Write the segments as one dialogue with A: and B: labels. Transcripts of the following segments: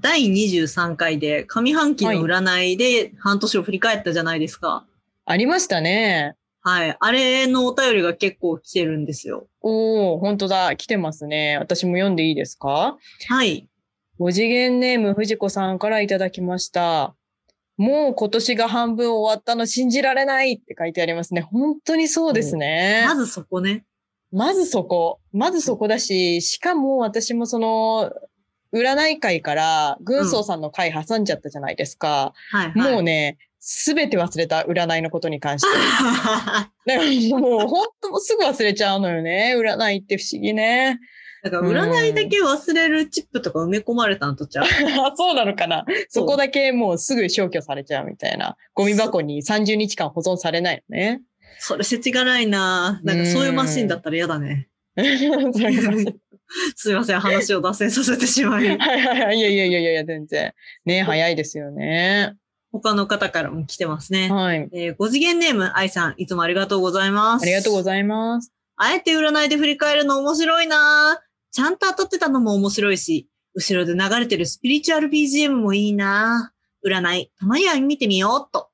A: 第23回で上半期の占いで半年を振り返ったじゃないですか。
B: ありましたね。
A: はい。あれのお便りが結構来てるんですよ。
B: おお、本当だ。来てますね。私も読んでいいですか
A: はい。
B: 五次元ネーム藤子さんからいただきました。もう今年が半分終わったの信じられないって書いてありますね。本当にそうですね。
A: まずそこね。
B: まずそこ。まずそこだし、しかも私もその、占い会から、軍曹さんの会挟んじゃったじゃないですか。
A: はい、はい。
B: もうね、すべて忘れた、占いのことに関 して。
A: だ
B: だからもう本当もうすぐ忘れちゃうのよね。占いって不思議ね。
A: から占いだけ忘れるチップとか埋め込まれたんと ちゃう。
B: あそうなのかな。そこだけもうすぐ消去されちゃうみたいな。ゴミ箱に30日間保存されないのね。
A: それ世知がないななんかそういうマシンだったら嫌だ ね。
B: そういうこと
A: すいません。話を脱線させてしまい。
B: はいはいはい。いやいやいやいや、全然。ね、早いですよね。
A: 他の方からも来てますね。
B: はい。
A: えー、5次元ネーム、愛さん、いつもありがとうございます。
B: ありがとうご
A: います。
B: ざいます。
A: あえて占いで振り返るの面白いなぁちゃんと当たってたのも面白いし、後ろで流れてるスピリチュアル BGM もいいなぁ占い、たまには見てみようっと。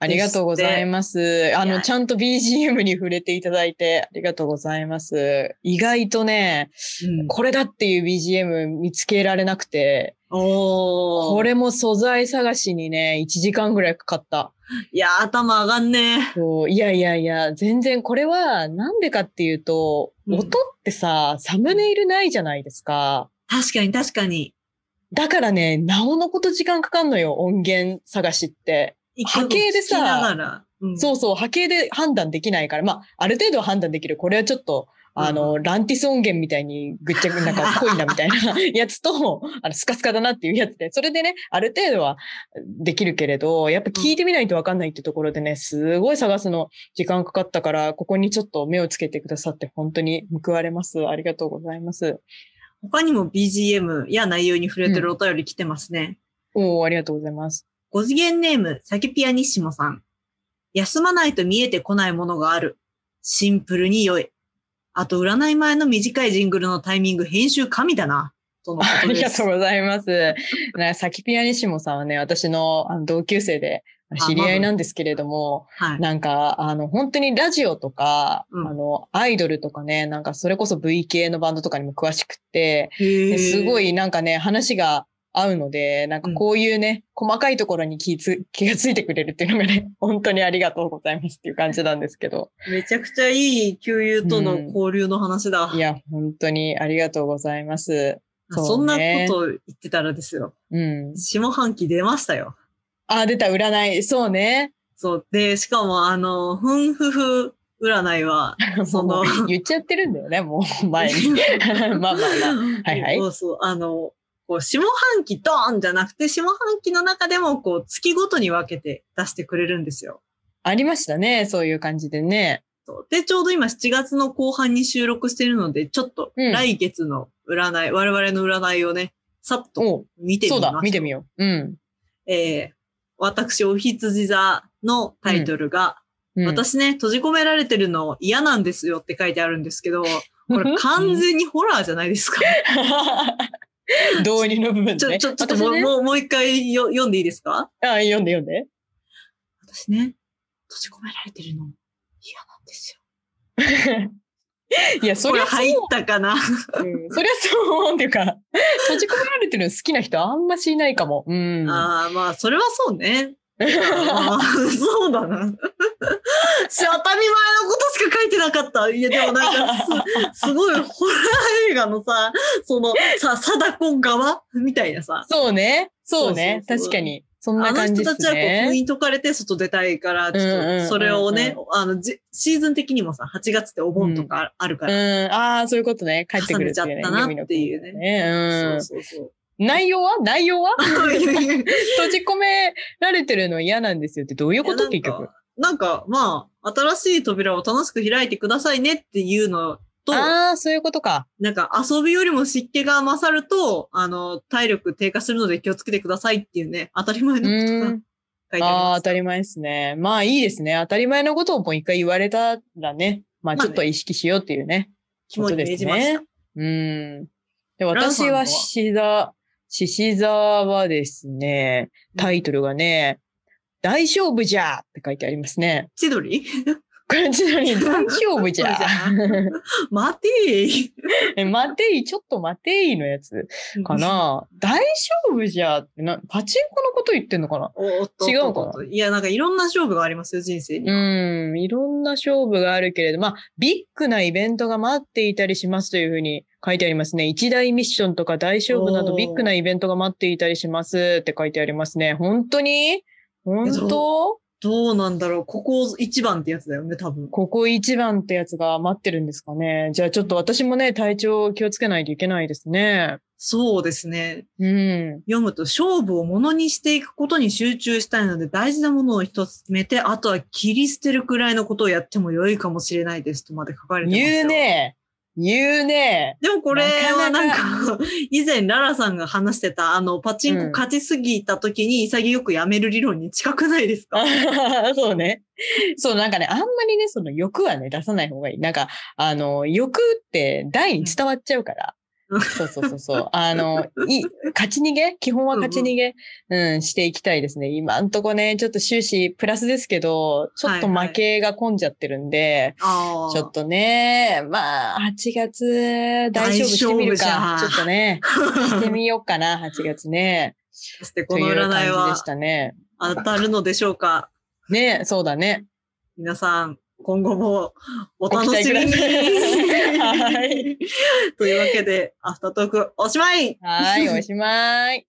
B: ありがとうございます。あ
A: い
B: の、
A: や
B: ちゃんと BGM に触れていただいてありがとうございます。意外とね、
A: うん、
B: これだっていう BGM 見つけられなくて、
A: おー。
B: これも素材探しにね、1時間ぐらいかかった。
A: いや、頭上がんねえ。
B: そういやいやいや、全然これはなんでかっていうと、
A: うん
B: 音ってさ、サムネイルないじゃないですか。
A: 確かに確かに。
B: だからね、なおのこと時間かかんのよ、音源探しって。
A: 一曲
B: 波形でさ
A: 聴きながら、うん
B: そうそう、波形で判断できないから、まあ、ある程度は判断できる。これはちょっと、あの、ランティス音源みたいにぐっちゃぐ、なんか濃いなみ たいなやつと、あの、スカスカだなっていうやつで、それでね、ある程度はできるけれど、やっぱ聞いてみないとわかんないってところでね、すごい探すの時間かかったから、ここにちょっと目をつけてくださって、本当に報われます。ありがとうございます。
A: 他にも BGM や内容に触れてるお便り来てますね。
B: おー、ありがとうございます。
A: 五次元ネーム、サキピアニッシモさん。休まないと見えてこないものがある。シンプルに良い。あと、占い前の短いジングルのタイミング、編集神だな。とのこ
B: あ
A: と
B: り
A: で
B: がと
A: す。
B: うござ い ます。なんかサキピアニシモさんはね、私のあの同級生で、
A: あ
B: 知り合いなんですけれども、
A: はい。
B: なんか、あの、本当にラジオとか、
A: うん
B: あの、アイドルとかね、なんかそれこそ V 系のバンドとかにも詳しくって、
A: へー
B: ですご。いなんかね、話が合うので、なんかこういうね、細かいところに気つ気がついてくれるっていうのがね、 本当にありがとうございますっていう感じなんですけど、
A: めちゃくちゃいい旧友との交流の話だ。
B: いや、本当にありがとうございます。
A: そ
B: そうん
A: なこ
B: ね
A: と言ってたらですよ。
B: うん。
A: 下半期出ましたよ。
B: あ、出た、占い。そうね。
A: そう。で、しかも、あの、ふんふふ占いは、そ の、
B: 言っちゃってるんだよね、もう 前に。 まあまあまあ。はいはい
A: そうそう。あの、こう、下半期ドーンじゃなくて、下半期の中でも、こう、月ごとに分けて出してくれるんですよ。
B: ありましたね、そういう感じでね。
A: そうで、ちょうど今7月の後半に収録してるので、ちょっと
B: うん
A: 来月の占い、我々の占いをね、さっと
B: おう
A: 見てみま
B: そう
A: しょ
B: だ、見てみよう。うん。
A: う。えー、私、おひつじ座のタイトルが、
B: うん、
A: 私ね、閉じ込められてるの嫌なんですよって書いてあるんです けど、こ
B: う
A: れ
B: ん
A: 完 全にホラーじゃないですか。
B: 導入の部分
A: ち
B: で、
A: ょ、
B: ね。
A: ちょ、ちょっとも
B: 私
A: う、
B: ね
A: もうもう一回よ読んでいいですか
B: あ読んで読んで。
A: 私ね、閉じ込められてるの嫌なんですよ。
B: いや、そ
A: こ
B: り
A: れ
B: ゃそう、
A: 入ったかな
B: うんそりゃそう、っていうか、閉じ込められてるの好きな人あんましいないかも。うん。
A: ああ、まあ、それはそう ね。あーそうだな。し当たり前のことしか書いてなかった。いや、でもなんかす、すごいホラー映画のさ、その、さ、貞子側みたいなさ。
B: そうね。そうね
A: そうそうそう
B: 確かに。そん
A: あ
B: な
A: の
B: 感
A: 人
B: じで
A: た
B: す
A: ちはこう封
B: ね。
A: 印解かれて外出たいから、ち
B: うんうん
A: ょ
B: うん
A: っ
B: うん
A: とそれをね、あの、じシーズン的にもさ、8月ってお盆とかあるか
B: う
A: ら。
B: ん。ああ、そういうことね。帰ってくるっていう
A: 挟ん
B: ね。
A: でちゃったなっていうね
B: 読みのね。うん。
A: そうそう
B: 内容は内容は
A: そう。
B: 閉じ込められてるの嫌なんですよってどういうこと
A: い
B: 結
A: やなん
B: 局
A: か。なんか、まあ、新しい扉を楽しく開いてくださいねっていうのと、
B: ああ、そういうことか。
A: なんか遊びよりも湿気が勝ると、あの、体力低下するので気をつけてくださいっていうね、当たり前
B: う
A: のことが
B: ん。
A: 書いて
B: ああ、
A: あ
B: 当たり前ですね。まあいいですね。当たり前のことをもう一回言われたらね、まあ
A: まあ
B: ち
A: ね
B: ょっと意識しようっていうね。
A: ります。肝に銘じま
B: こ
A: し
B: と
A: た
B: で。すねうん。で
A: ランさん
B: 私
A: のは
B: はシザ、獅子座はですね、タイトルがね、大丈夫じゃって書いてありますね。
A: 千鳥
B: これち なみに大丈夫じゃ
A: 待てー。
B: え、待てい、ちょっと待ていのやつかな。大丈夫じゃってな、パチンコのこと言ってんのかな
A: おっと
B: 違うかな
A: おっとおっといや、なんかいろんな勝負がありますよ、人生に。
B: うん、いろんな勝負があるけれど、まあ、ビッグなイベントが待っていたりしますというふうに書いてありますね。一大ミッションとか大勝負など
A: おー
B: ビッグなイベントが待っていたりしますって書いてありますね。本当に本当
A: どうなんだろう。ここ一番ってやつだよね、多分。
B: ここ一番ってやつが待ってるんですかね。じゃあちょっと私もね、体調気をつけないといけないですね。
A: そうですね。
B: うん。
A: 読むと、勝負をものにしていくことに集中したいので、大事なものを一つ決めて、あとは切り捨てるくらいのことをやっても良いかもしれないですとまで書かれてますよ。
B: 言うね。言うね。
A: でもこれはなん
B: な
A: か、以前ララさんが話してた、あの、パチンコ勝ちすぎた時に潔くやめる理論に近くないですか、
B: あ そうね。そう、なんかね、あんまりね、その欲はね、出さない方がいい。なんか、あの、欲って台に伝わっちゃうから。
A: うん
B: そうそうそう そう。あの、い、勝ち逃げ基本は勝ち逃げ、うん、していきたいですね。今んとこね、ちょっと終始プラスですけど、ちょっと負けが混んじゃってるんで、
A: ああ。
B: ちょっとね、まあ、8月、大丈夫してみるか。
A: 大
B: ち
A: 丈夫
B: ょっと ね、してみようかな、8月ね。
A: そして
B: と
A: こ
B: い
A: の
B: う
A: 占
B: 感
A: い
B: じで
A: は
B: したね。
A: 当たるのでしょうか
B: ね、そうだね。
A: 皆さん、今後もお楽しみ
B: ご
A: に。
B: 期 待ください
A: というわけで、アフタートークおしまい
B: はい、おしまい。